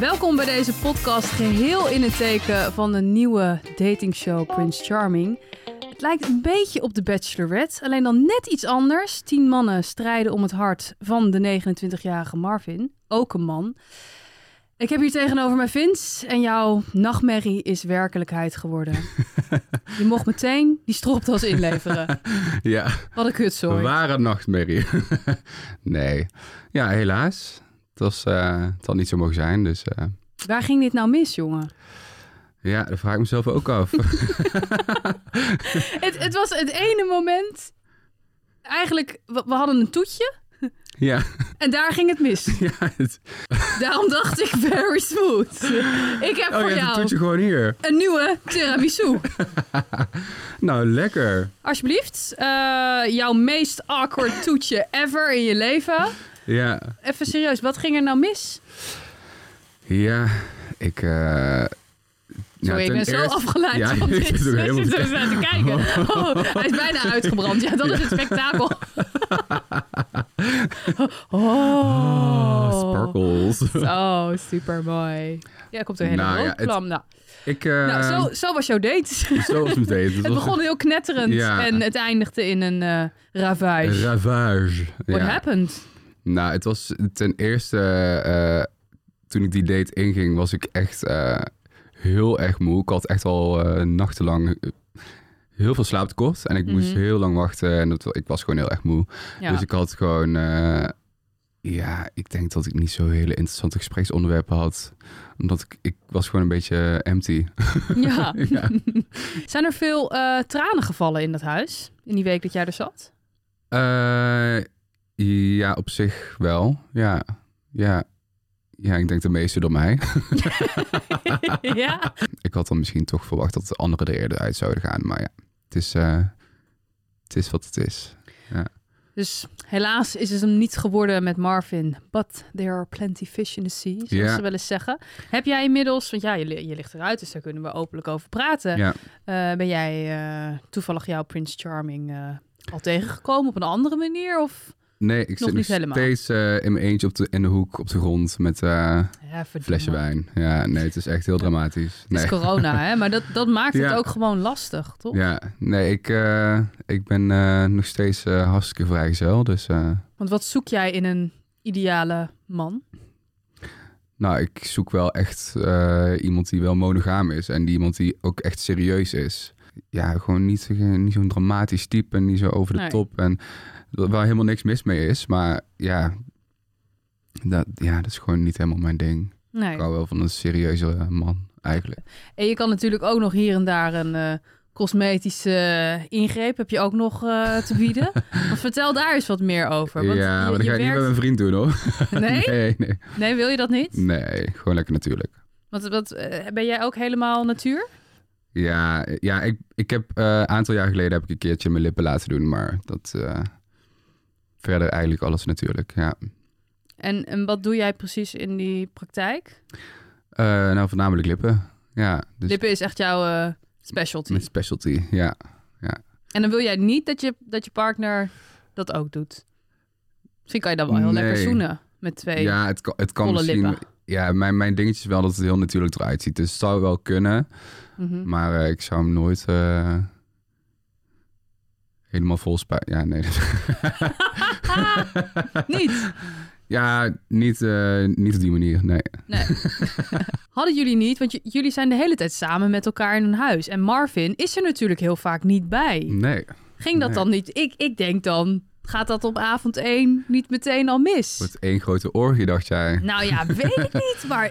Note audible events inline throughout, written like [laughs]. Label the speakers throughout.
Speaker 1: Welkom bij deze podcast, geheel in het teken van de nieuwe datingshow Prince Charming. Het lijkt een beetje op The Bachelorette, alleen dan net iets anders. Tien mannen strijden om het hart van de 29-jarige Marvin, ook een man. Ik heb hier tegenover mij Vince en jouw nachtmerrie is werkelijkheid geworden. Je mocht meteen die stropdas inleveren.
Speaker 2: Ja,
Speaker 1: Wat een kutzooi.
Speaker 2: ware nachtmerrie. [laughs] nee. Ja, helaas. Het, was, eh, het had niet zo mogen zijn, dus eh,
Speaker 1: Waar ging dit nou mis, jongen?
Speaker 2: ja, dat vraag ik mezelf
Speaker 1: [laughs]
Speaker 2: ook af. [laughs]
Speaker 1: Het, het was het ene moment. Eigenlijk, we, we hadden een toetje
Speaker 2: ja,
Speaker 1: en daar ging het mis.
Speaker 2: ja, Oh, het,
Speaker 1: Daarom dacht ik very smooth. Ik heb
Speaker 2: oh,
Speaker 1: voor
Speaker 2: je hebt het
Speaker 1: jou
Speaker 2: toetje gewoon hier.
Speaker 1: een nieuwe tiramisu.
Speaker 2: Nou, lekker.
Speaker 1: Alsjeblieft, eh, jouw meest awkward toetje ever in je leven.
Speaker 2: Ja,
Speaker 1: Even serieus, wat ging er nou mis?
Speaker 2: ja, ik... eh ja,
Speaker 1: Sorry, ik
Speaker 2: ten
Speaker 1: ben zo
Speaker 2: eerste-
Speaker 1: afgeleid
Speaker 2: Ja, [laughs]
Speaker 1: van
Speaker 2: ik
Speaker 1: dit.
Speaker 2: zit ook helemaal
Speaker 1: Ik
Speaker 2: te
Speaker 1: zit er naar te
Speaker 2: [laughs]
Speaker 1: kijken. Oh, hij is bijna uitgebrand. Ja, dat is het
Speaker 2: [laughs]
Speaker 1: spektakel. Oh,
Speaker 2: Ah, sparkles.
Speaker 1: Oh, super mooi. Ja, komt er helemaal
Speaker 2: Nou ja,
Speaker 1: nou,
Speaker 2: het-
Speaker 1: Nou,
Speaker 2: Ik,
Speaker 1: nou,
Speaker 2: eh,
Speaker 1: zo, zo was jouw date.
Speaker 2: zo was het
Speaker 1: [laughs]
Speaker 2: meteen. Het
Speaker 1: Het
Speaker 2: was
Speaker 1: begon heel knetterend
Speaker 2: Ja.
Speaker 1: en het eindigde in een eh ravage.
Speaker 2: een ravage.
Speaker 1: What
Speaker 2: Ja.
Speaker 1: happened?
Speaker 2: Nou, het was ten eerste... eh, toen ik die date inging, was ik echt eh, heel erg moe. Ik had echt al eh, nachtenlang eh, heel veel slaaptekort. En ik moest
Speaker 1: Mhm.
Speaker 2: heel lang wachten. En dat, ik was gewoon heel erg moe.
Speaker 1: Ja.
Speaker 2: Dus ik had gewoon... eh, ja, ik denk dat ik niet zo hele interessante gespreksonderwerpen had. Omdat ik, ik was gewoon een beetje empty.
Speaker 1: [laughs] ja.
Speaker 2: [laughs] ja.
Speaker 1: [laughs] Zijn er veel eh, tranen gevallen in dat huis? In die week dat jij er
Speaker 2: [laughs]
Speaker 1: zat?
Speaker 2: Eh, ja, op zich wel. Ja, ja. Ja, ik denk de meeste door mij.
Speaker 1: ja.
Speaker 2: Ik had dan misschien toch verwacht dat de anderen er eerder uit zouden gaan. Maar ja, het is, eh, het is wat het is.
Speaker 1: Dus helaas is het hem niet geworden met Marvin. But there are plenty fish in the sea, zoals
Speaker 2: Ja.
Speaker 1: ze wel eens zeggen. Heb jij inmiddels, want ja, je, li- je ligt eruit, dus daar kunnen we openlijk over praten.
Speaker 2: Ja.
Speaker 1: Eh, ben jij eh, toevallig jouw Prince Charming eh, al tegengekomen op een andere manier? Of
Speaker 2: Nee, ik
Speaker 1: Nog
Speaker 2: zit
Speaker 1: niet
Speaker 2: nog
Speaker 1: helemaal.
Speaker 2: steeds eh, in mijn eentje op de, in de hoek op de grond met eh
Speaker 1: ja, verdomme.
Speaker 2: flesje wijn. Ja, nee, het is echt heel dramatisch.
Speaker 1: Het
Speaker 2: Nee.
Speaker 1: is corona, hè? Maar dat, dat maakt het
Speaker 2: Ja.
Speaker 1: ook gewoon lastig, toch?
Speaker 2: Ja, nee, ik, eh, ik ben eh, nog steeds eh, hartstikke vrijgezel. Dus eh,
Speaker 1: Want wat zoek jij in een ideale man?
Speaker 2: nou, ik zoek wel echt eh, iemand die wel monogaam is. En die iemand die ook echt serieus is. Ja, gewoon niet, geen- niet zo'n dramatisch type en niet zo over de
Speaker 1: Nee.
Speaker 2: top. En dat- waar helemaal niks mis mee is. Maar ja dat, ja, dat is gewoon niet helemaal mijn ding.
Speaker 1: Nee.
Speaker 2: Ik hou wel van een serieuze man, eigenlijk.
Speaker 1: En je kan natuurlijk ook nog hier en daar een eh, cosmetische eh, ingreep heb je ook nog eh, te
Speaker 2: [laughs]
Speaker 1: bieden. Want vertel daar eens wat meer over. Want
Speaker 2: ja,
Speaker 1: je-
Speaker 2: maar dat
Speaker 1: je
Speaker 2: ga ik niet met
Speaker 1: werkt-
Speaker 2: mijn vriend doen, hoor. [laughs]
Speaker 1: nee?
Speaker 2: Nee, nee.
Speaker 1: nee, wil je dat niet?
Speaker 2: Nee, gewoon lekker natuurlijk.
Speaker 1: Want wat, eh, ben jij ook helemaal natuur?
Speaker 2: Ja, ja ik, ik heb eh, een aantal jaar geleden heb ik een keertje mijn lippen laten doen, maar dat eh, verder eigenlijk alles natuurlijk. Ja.
Speaker 1: En, en wat doe jij precies in die praktijk?
Speaker 2: Eh, nou, voornamelijk lippen. Ja, dus
Speaker 1: Lippen is echt jouw eh, specialty.
Speaker 2: mijn specialty. Ja.
Speaker 1: En dan wil jij niet dat je, dat je partner dat ook doet. Misschien kan je dan wel heel
Speaker 2: Nee.
Speaker 1: lekker zoenen met twee
Speaker 2: ja, het kan, het kan
Speaker 1: volle
Speaker 2: misschien.
Speaker 1: lippen.
Speaker 2: Ja, mijn, mijn dingetje is wel dat het heel natuurlijk eruit ziet. Dus het zou wel kunnen,
Speaker 1: Mhm.
Speaker 2: maar eh, ik zou hem nooit eh, helemaal vol spuiten. Ja, nee.
Speaker 1: [laughs] niet.
Speaker 2: ja, niet, eh, niet op die manier. Nee.
Speaker 1: Nee. Hadden jullie niet, want j- jullie zijn de hele tijd samen met elkaar in een huis. En Marvin is er natuurlijk heel vaak niet bij.
Speaker 2: Nee.
Speaker 1: Ging dat
Speaker 2: Nee.
Speaker 1: dan niet? Ik, ik denk dan, gaat dat op avond 1 niet meteen al mis?
Speaker 2: Wordt één grote orgie, dacht jij?
Speaker 1: Nou ja, weet ik niet. Maar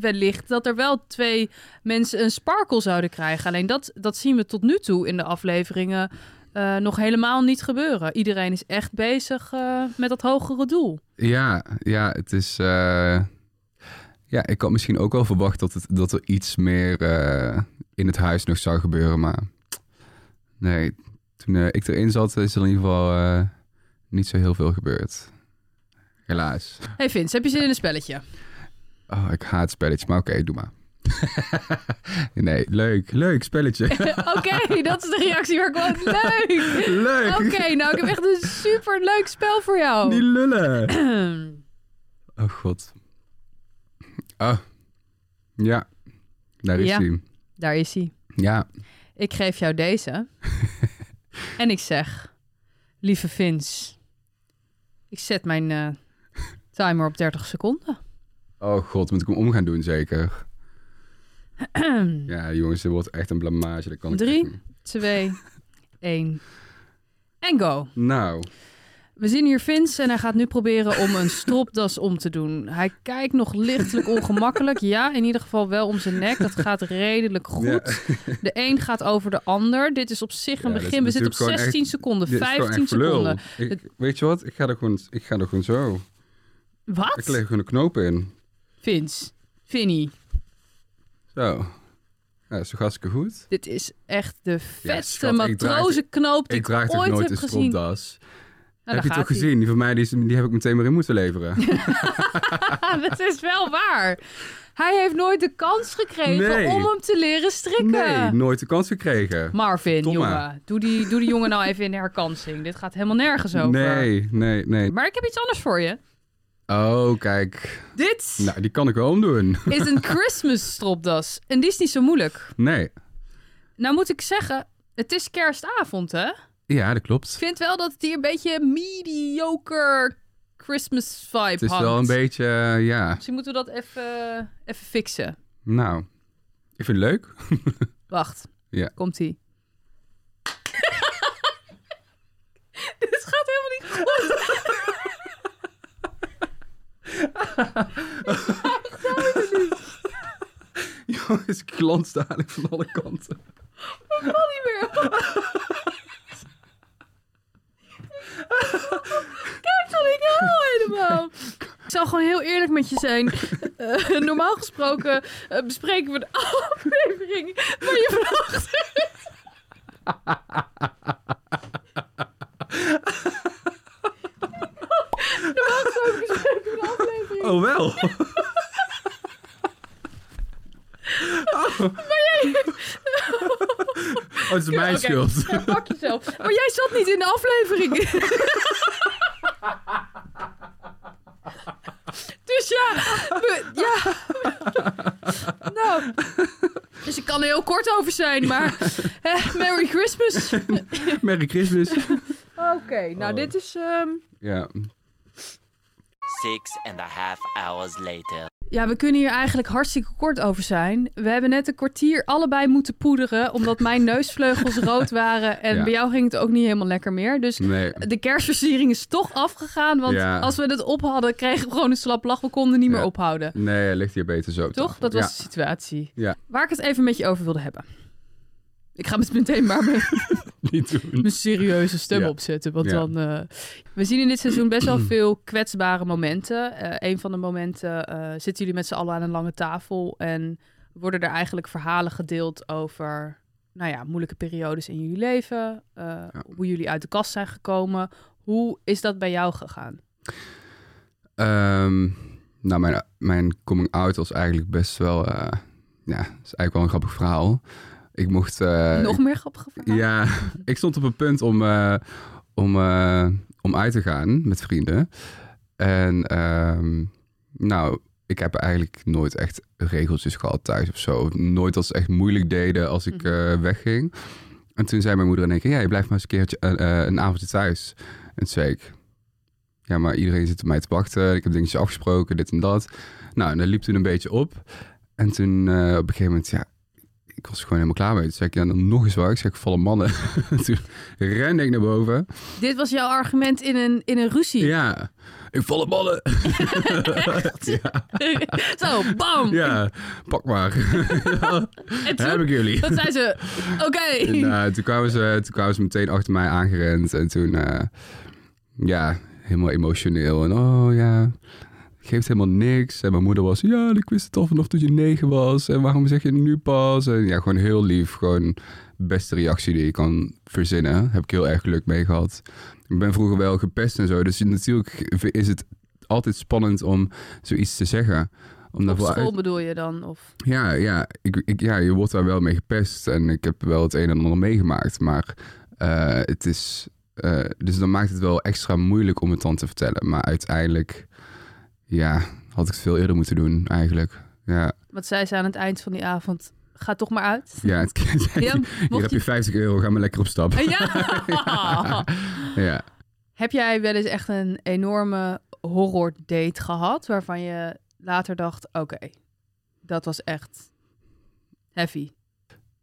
Speaker 1: wellicht dat er wel twee mensen een sparkle zouden krijgen. Alleen dat, dat zien we tot nu toe in de afleveringen eh, nog helemaal niet gebeuren. Iedereen is echt bezig eh, met dat hogere doel.
Speaker 2: Ja, ja, het is. eh, ja, ik had misschien ook wel verwacht dat, het, dat er iets meer eh, in het huis nog zou gebeuren. Maar nee, toen eh, ik erin zat, is er in ieder geval eh, niet zo heel veel gebeurd. Helaas.
Speaker 1: Hey Vince, heb je zin in een spelletje?
Speaker 2: Oh, ik haat spelletjes, maar oké, doe maar. [laughs] nee, leuk, leuk spelletje.
Speaker 1: [laughs]
Speaker 2: [laughs]
Speaker 1: Oké, dat is de reactie waar ik was. Leuk!
Speaker 2: leuk!
Speaker 1: Oké, nou ik heb echt een super leuk spel voor jou.
Speaker 2: Die lullen. Oh god. Oh, Ja, daar is
Speaker 1: Ja.
Speaker 2: hij.
Speaker 1: [clears throat] Daar is hij.
Speaker 2: Ja,
Speaker 1: Ik geef jou
Speaker 2: [laughs]
Speaker 1: deze. en ik zeg, lieve Vins, ik zet mijn eh, timer op 30 seconden. [clears throat]
Speaker 2: oh god, moet ik hem om gaan doen zeker. Ja, jongens, dit wordt echt een blamage. Dat kan ik
Speaker 1: Drie.
Speaker 2: echt niet.
Speaker 1: Twee, één. En go.
Speaker 2: Nou,
Speaker 1: We zien hier Vince en hij gaat nu proberen om een stropdas om te doen. Hij kijkt nog
Speaker 2: [laughs]
Speaker 1: lichtelijk ongemakkelijk. Ja, in ieder geval wel om zijn nek. Dat gaat redelijk goed.
Speaker 2: Ja.
Speaker 1: De een gaat over de ander. Dit is op zich een
Speaker 2: Ja, dit is
Speaker 1: begin. We zitten op
Speaker 2: natuurlijk gewoon
Speaker 1: 16 seconden,
Speaker 2: dit is gewoon
Speaker 1: 15
Speaker 2: echt voor lul.
Speaker 1: seconden.
Speaker 2: Ik, weet je wat? Ik ga, er gewoon, ik ga er gewoon zo. Ik leg
Speaker 1: Wat?
Speaker 2: er gewoon een knoop in.
Speaker 1: Vince, Vinnie,
Speaker 2: Zo. Ja, dat is toch hartstikke goed?
Speaker 1: dit is echt de vetste
Speaker 2: schat, ik draag dit-
Speaker 1: matrozenknoop die
Speaker 2: Ik
Speaker 1: ik,
Speaker 2: draag toch
Speaker 1: ooit
Speaker 2: nooit
Speaker 1: heb
Speaker 2: een
Speaker 1: gezien. Nou,
Speaker 2: stropdas?
Speaker 1: daar
Speaker 2: heb je
Speaker 1: gaat
Speaker 2: het ook gezien? Die van mij die, is- die heb ik meteen maar in moeten
Speaker 1: [laughs]
Speaker 2: leveren.
Speaker 1: dat is wel waar. Hij heeft nooit de kans gekregen
Speaker 2: Nee.
Speaker 1: om hem te leren strikken.
Speaker 2: Nee, nooit de kans gekregen.
Speaker 1: Marvin,
Speaker 2: Domme.
Speaker 1: jongen. Doe die, doe die jongen nou even in de herkansing. Dit gaat helemaal nergens over.
Speaker 2: Nee, nee, nee.
Speaker 1: Maar ik heb iets anders voor je.
Speaker 2: Oh, kijk.
Speaker 1: Dit
Speaker 2: Nou, die kan ik wel omdoen.
Speaker 1: [laughs] is een Christmas stropdas. En die is niet zo moeilijk.
Speaker 2: Nee.
Speaker 1: Nou moet ik zeggen, het is kerstavond, hè?
Speaker 2: Ja, dat klopt.
Speaker 1: Ik vind wel dat het hier een beetje mediocre Christmas vibe
Speaker 2: Het is
Speaker 1: hangt.
Speaker 2: wel een beetje, eh, ja.
Speaker 1: Misschien moeten we dat even, even fixen.
Speaker 2: Nou, ik vind het leuk.
Speaker 1: Wacht.
Speaker 2: Ja.
Speaker 1: Komt-ie. [laughs] Dit gaat helemaal niet goed.
Speaker 2: Jongens, ik glans dadelijk van alle kanten.
Speaker 1: kan niet meer. [laughs] Kijk dan, ik hel helemaal. Ik zal gewoon heel eerlijk met je zijn. [laughs] Eh, normaal gesproken eh, bespreken we de [laughs] aflevering waar je vannacht is. Normaal gesproken bespreken we de aflevering.
Speaker 2: Oh, [laughs] wel? Oh, het is mijn
Speaker 1: Oké, [laughs]
Speaker 2: schuld.
Speaker 1: Ja, pak
Speaker 2: [laughs]
Speaker 1: jezelf. Maar jij zat niet in de aflevering. dus ja, we- ja. Nou, dus ik kan er heel kort over zijn,
Speaker 2: [laughs]
Speaker 1: maar hè, Merry Christmas. Oké,
Speaker 2: Merry Christmas.
Speaker 1: nou
Speaker 2: Oh.
Speaker 1: dit is. ehm,
Speaker 2: Ja,
Speaker 3: Six and a half hours later.
Speaker 1: Ja, we kunnen hier eigenlijk hartstikke kort over zijn. We hebben net een kwartier allebei moeten poederen, omdat mijn neusvleugels rood waren en
Speaker 2: Ja.
Speaker 1: bij jou ging het ook niet helemaal lekker meer. Dus
Speaker 2: nee.
Speaker 1: De kerstversiering is toch afgegaan. Want
Speaker 2: Ja.
Speaker 1: als we het op hadden, kregen we gewoon een slap lach. We konden niet meer
Speaker 2: Ja.
Speaker 1: ophouden.
Speaker 2: Nee, hij ligt hier beter zo.
Speaker 1: Toch? Dat was
Speaker 2: Ja.
Speaker 1: de situatie.
Speaker 2: Ja.
Speaker 1: Waar ik het even met je over wilde hebben. Ik ga met meteen maar mijn,
Speaker 2: [laughs] niet doen.
Speaker 1: mijn serieuze stem
Speaker 2: Ja.
Speaker 1: opzetten. Want
Speaker 2: Ja.
Speaker 1: dan. eh, we zien in dit seizoen best
Speaker 2: [clears throat]
Speaker 1: wel veel kwetsbare momenten. Eh, een van de momenten eh, zitten jullie met z'n allen aan een lange tafel. En worden er eigenlijk verhalen gedeeld over. Nou ja, moeilijke periodes in jullie leven. eh, Hoe jullie uit de kast zijn gekomen. Hoe is dat bij jou gegaan?
Speaker 2: Ehm, nou, mijn, mijn coming out was eigenlijk best wel... eh, ja, is eigenlijk wel een grappig verhaal. Ik mocht... eh,
Speaker 1: Nog meer grappige verhalen?
Speaker 2: Ja, [laughs] ik stond op een punt om, eh, om, eh, om uit te gaan met vrienden. En ehm, nou, ik heb eigenlijk nooit echt regeltjes gehad thuis of zo. Nooit dat ze echt moeilijk deden als ik
Speaker 1: Mhm.
Speaker 2: eh, wegging. En toen zei mijn moeder in één keer, ja, je blijft maar eens een keertje eh, eh, een avondje thuis. En toen zei ik, ja, maar iedereen zit op mij te wachten. Ik heb dingetjes afgesproken, dit en dat. Nou, en dat liep toen een beetje op. En toen eh, op een gegeven moment, ja, ik was er gewoon helemaal klaar mee. Toen zei ik, ja, dan nog eens waar. Ik zeg, ik vallen mannen. [laughs] toen rende ik naar boven.
Speaker 1: Dit was jouw argument in een, in een ruzie.
Speaker 2: Ja, ik vallen mannen.
Speaker 1: [laughs] Zo, bam!
Speaker 2: Ja,
Speaker 1: [laughs]
Speaker 2: pak maar.
Speaker 1: En
Speaker 2: Heb
Speaker 1: toen,
Speaker 2: ik jullie.
Speaker 1: dat zei ze, oké.
Speaker 2: En, eh, toen, kwamen ze, toen kwamen ze meteen achter mij aangerend. En toen, eh, ja, helemaal emotioneel. En oh ja, geeft helemaal niks. En mijn moeder was, ja, ik wist het al vanaf toen je negen was. En waarom zeg je het nu pas? En ja, gewoon heel lief. Gewoon beste reactie die je kan verzinnen. Heb ik heel erg geluk mee gehad. Ik ben vroeger wel gepest en zo. Dus natuurlijk is het altijd spannend om zoiets te zeggen. Om
Speaker 1: Op
Speaker 2: daarvoor uit-
Speaker 1: school bedoel je dan? Of...
Speaker 2: ja, ja, ik, ik, ja, je wordt daar wel mee gepest. En ik heb wel het een en ander meegemaakt. Maar eh, het is. eh, dus dan maakt het wel extra moeilijk om het dan te vertellen. Maar uiteindelijk. Ja, had ik het veel eerder moeten doen, eigenlijk. Ja,
Speaker 1: Want zij zei aan het eind van die avond, ga toch maar uit.
Speaker 2: ja, het, [laughs]
Speaker 1: Ja,
Speaker 2: hier
Speaker 1: mocht
Speaker 2: heb je [laughs] 50 euro, ga maar lekker op stap.
Speaker 1: je... ja. [laughs]
Speaker 2: Ja.
Speaker 1: Heb jij wel eens echt een enorme horror date gehad waarvan je later dacht, oké, dat was echt
Speaker 2: [laughs]
Speaker 1: heavy.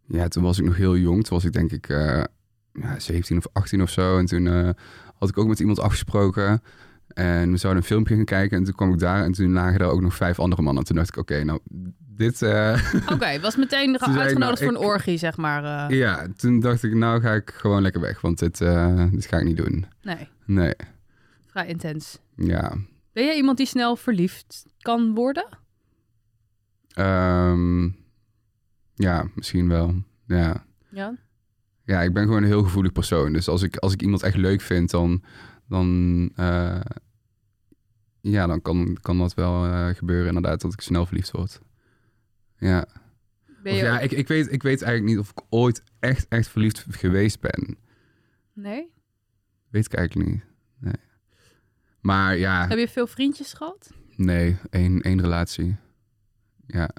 Speaker 2: ja, toen was ik nog heel jong. Toen was ik denk ik eh, ja, 17 of 18 of zo. En toen eh, had ik ook met iemand afgesproken. En we zouden een filmpje gaan kijken. En toen kwam ik daar en toen lagen daar ook nog vijf andere mannen. En toen dacht ik, oké, nou, dit... eh,
Speaker 1: Oké, was meteen
Speaker 2: Toen zei ik,
Speaker 1: uitgenodigd
Speaker 2: nou,
Speaker 1: voor een orgie, zeg maar. eh.
Speaker 2: ja, toen dacht ik, nou ga ik gewoon lekker weg. Want dit, eh, dit ga ik niet doen.
Speaker 1: nee,
Speaker 2: Nee,
Speaker 1: vrij intens.
Speaker 2: ja.
Speaker 1: Ben jij iemand die snel verliefd kan worden?
Speaker 2: Ehm, ja, misschien wel. Ja.
Speaker 1: Ja.
Speaker 2: Ja, ik ben gewoon een heel gevoelig persoon. Dus als ik, als ik iemand echt leuk vind, dan, dan, eh, ja, dan kan, kan dat wel eh, gebeuren inderdaad, dat ik snel verliefd word. Ja,
Speaker 1: Ben
Speaker 2: Of
Speaker 1: je
Speaker 2: ja
Speaker 1: ook-
Speaker 2: ik, ik, weet, ik weet eigenlijk niet of ik ooit echt, echt verliefd geweest ben.
Speaker 1: Nee?
Speaker 2: Weet ik eigenlijk niet. Nee. Maar ja,
Speaker 1: Heb je veel vriendjes gehad?
Speaker 2: nee, één, één relatie. Ja.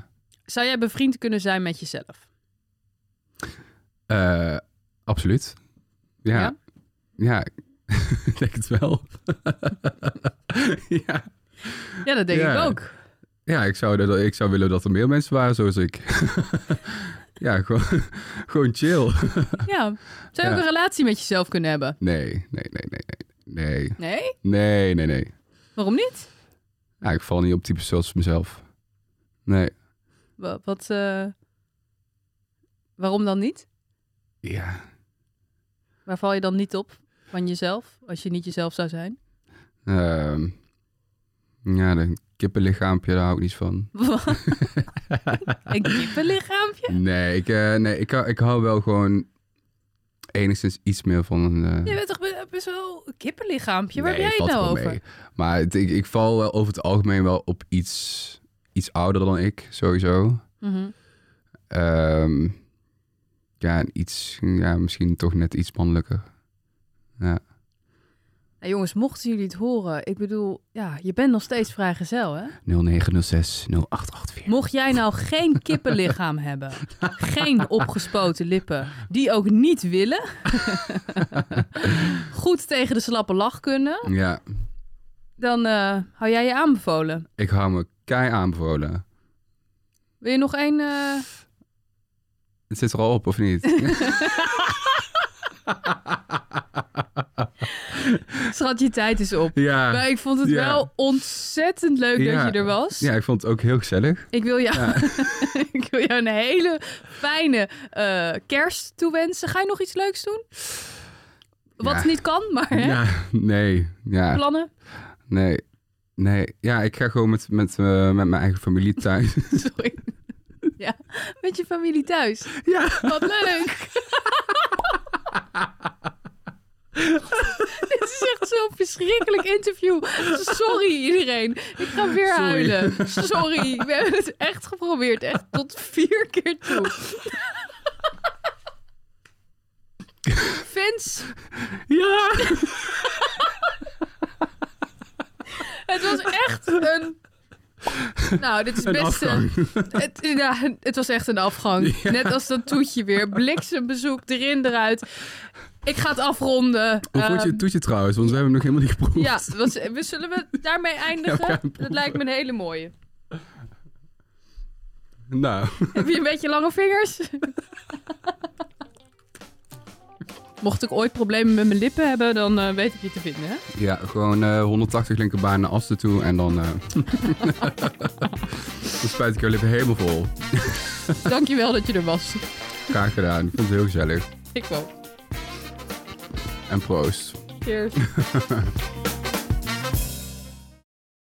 Speaker 1: Zou jij bevriend kunnen zijn met jezelf?
Speaker 2: Eh, absoluut. Ja.
Speaker 1: Ja?
Speaker 2: Ja, [laughs] ik denk het wel. [laughs] ja.
Speaker 1: Ja, dat denk
Speaker 2: Ja.
Speaker 1: ik ook.
Speaker 2: Ja, ik zou, dat, ik zou willen dat er meer mensen waren zoals ik. [laughs] ja, gewoon, [laughs] gewoon chill.
Speaker 1: Ja. Zou je ook
Speaker 2: Ja.
Speaker 1: een relatie met jezelf kunnen hebben?
Speaker 2: Nee, nee, nee, nee, nee. Nee,
Speaker 1: Nee?
Speaker 2: nee, nee. nee.
Speaker 1: Waarom niet?
Speaker 2: Ja, ik val niet op types zoals mezelf. Nee.
Speaker 1: Wa- Wat, eh, Waarom dan niet?
Speaker 2: Ja.
Speaker 1: Waar val je dan niet op van jezelf, als je niet jezelf zou
Speaker 2: [laughs]
Speaker 1: zijn?
Speaker 2: Ehm ja, een kippenlichaampje, daar hou ik niet van.
Speaker 1: een kippenlichaampje?
Speaker 2: Nee, ik, eh, nee ik, hou- ik hou wel gewoon enigszins iets meer van... een, eh,
Speaker 1: Je bent toch be- best wel een kippenlichaampje? Waar
Speaker 2: Nee,
Speaker 1: heb jij
Speaker 2: valt
Speaker 1: het nou
Speaker 2: wel
Speaker 1: over?
Speaker 2: mee. Maar het- ik, ik val wel over het algemeen wel op iets, iets ouder dan ik, sowieso.
Speaker 1: Mhm.
Speaker 2: Ehm, ja, en iets, ja, misschien toch net iets mannelijker.
Speaker 1: Nou, jongens, mochten jullie het horen, ik bedoel, ja, je bent nog steeds vrijgezel, hè?
Speaker 2: 0906 0884.
Speaker 1: Mocht jij nou geen kippenlichaam hebben, geen opgespoten lippen, die ook niet willen, [laughs] goed tegen de slappe lach kunnen,
Speaker 2: Ja,
Speaker 1: dan eh, hou jij je aanbevolen.
Speaker 2: ik hou me kei aanbevolen.
Speaker 1: Wil je nog één? eh,
Speaker 2: Het zit er al op,
Speaker 1: [laughs]
Speaker 2: of niet?
Speaker 1: Schat, je tijd is op.
Speaker 2: ja.
Speaker 1: Maar ik vond het
Speaker 2: Ja.
Speaker 1: wel ontzettend leuk
Speaker 2: Ja.
Speaker 1: dat je er was.
Speaker 2: ja, ik vond het ook heel gezellig.
Speaker 1: Ik, wil jou, [laughs] ik wil jou een hele fijne eh, kerst toewensen. Ga je nog iets leuks doen? Wat
Speaker 2: Ja.
Speaker 1: niet kan, maar hè?
Speaker 2: Ja, nee. Ja,
Speaker 1: plannen.
Speaker 2: nee. Nee, ja, ik ga gewoon met, met, eh, met mijn eigen familie
Speaker 1: [laughs]
Speaker 2: thuis.
Speaker 1: Sorry. Ja, met je familie thuis.
Speaker 2: ja.
Speaker 1: Wat leuk! [laughs] Dit is echt zo'n verschrikkelijk interview. Sorry iedereen. Ik ga weer
Speaker 2: Sorry.
Speaker 1: huilen. Sorry. We hebben het echt geprobeerd. Echt tot vier keer toe. Fans,
Speaker 2: Ja!
Speaker 1: het was echt een... Nou, dit is
Speaker 2: Een
Speaker 1: best een...
Speaker 2: afgang.
Speaker 1: Het, ja, het was echt een afgang. Net als dat toetje weer. Bliksembezoek erin, eruit. Ik ga het afronden.
Speaker 2: Hoe vond je
Speaker 1: Ehm,
Speaker 2: het toetje trouwens? Want we hebben hem nog helemaal niet geproefd.
Speaker 1: Ja, was, we zullen we daarmee eindigen?
Speaker 2: gaan proeven.
Speaker 1: dat lijkt me een hele mooie.
Speaker 2: [laughs] Nou,
Speaker 1: Heb je een beetje lange vingers? Mocht ik ooit problemen met mijn lippen hebben, dan eh, weet ik je te vinden. Hè?
Speaker 2: ja, gewoon eh 180 linkerbaan naar Asten toe en dan... eh [laughs] dan spuit ik jouw lippen helemaal vol.
Speaker 1: Dankjewel dat je er was.
Speaker 2: Graag gedaan. Ik vond het heel gezellig.
Speaker 1: Ik ook.
Speaker 2: En proost.
Speaker 1: Cheers.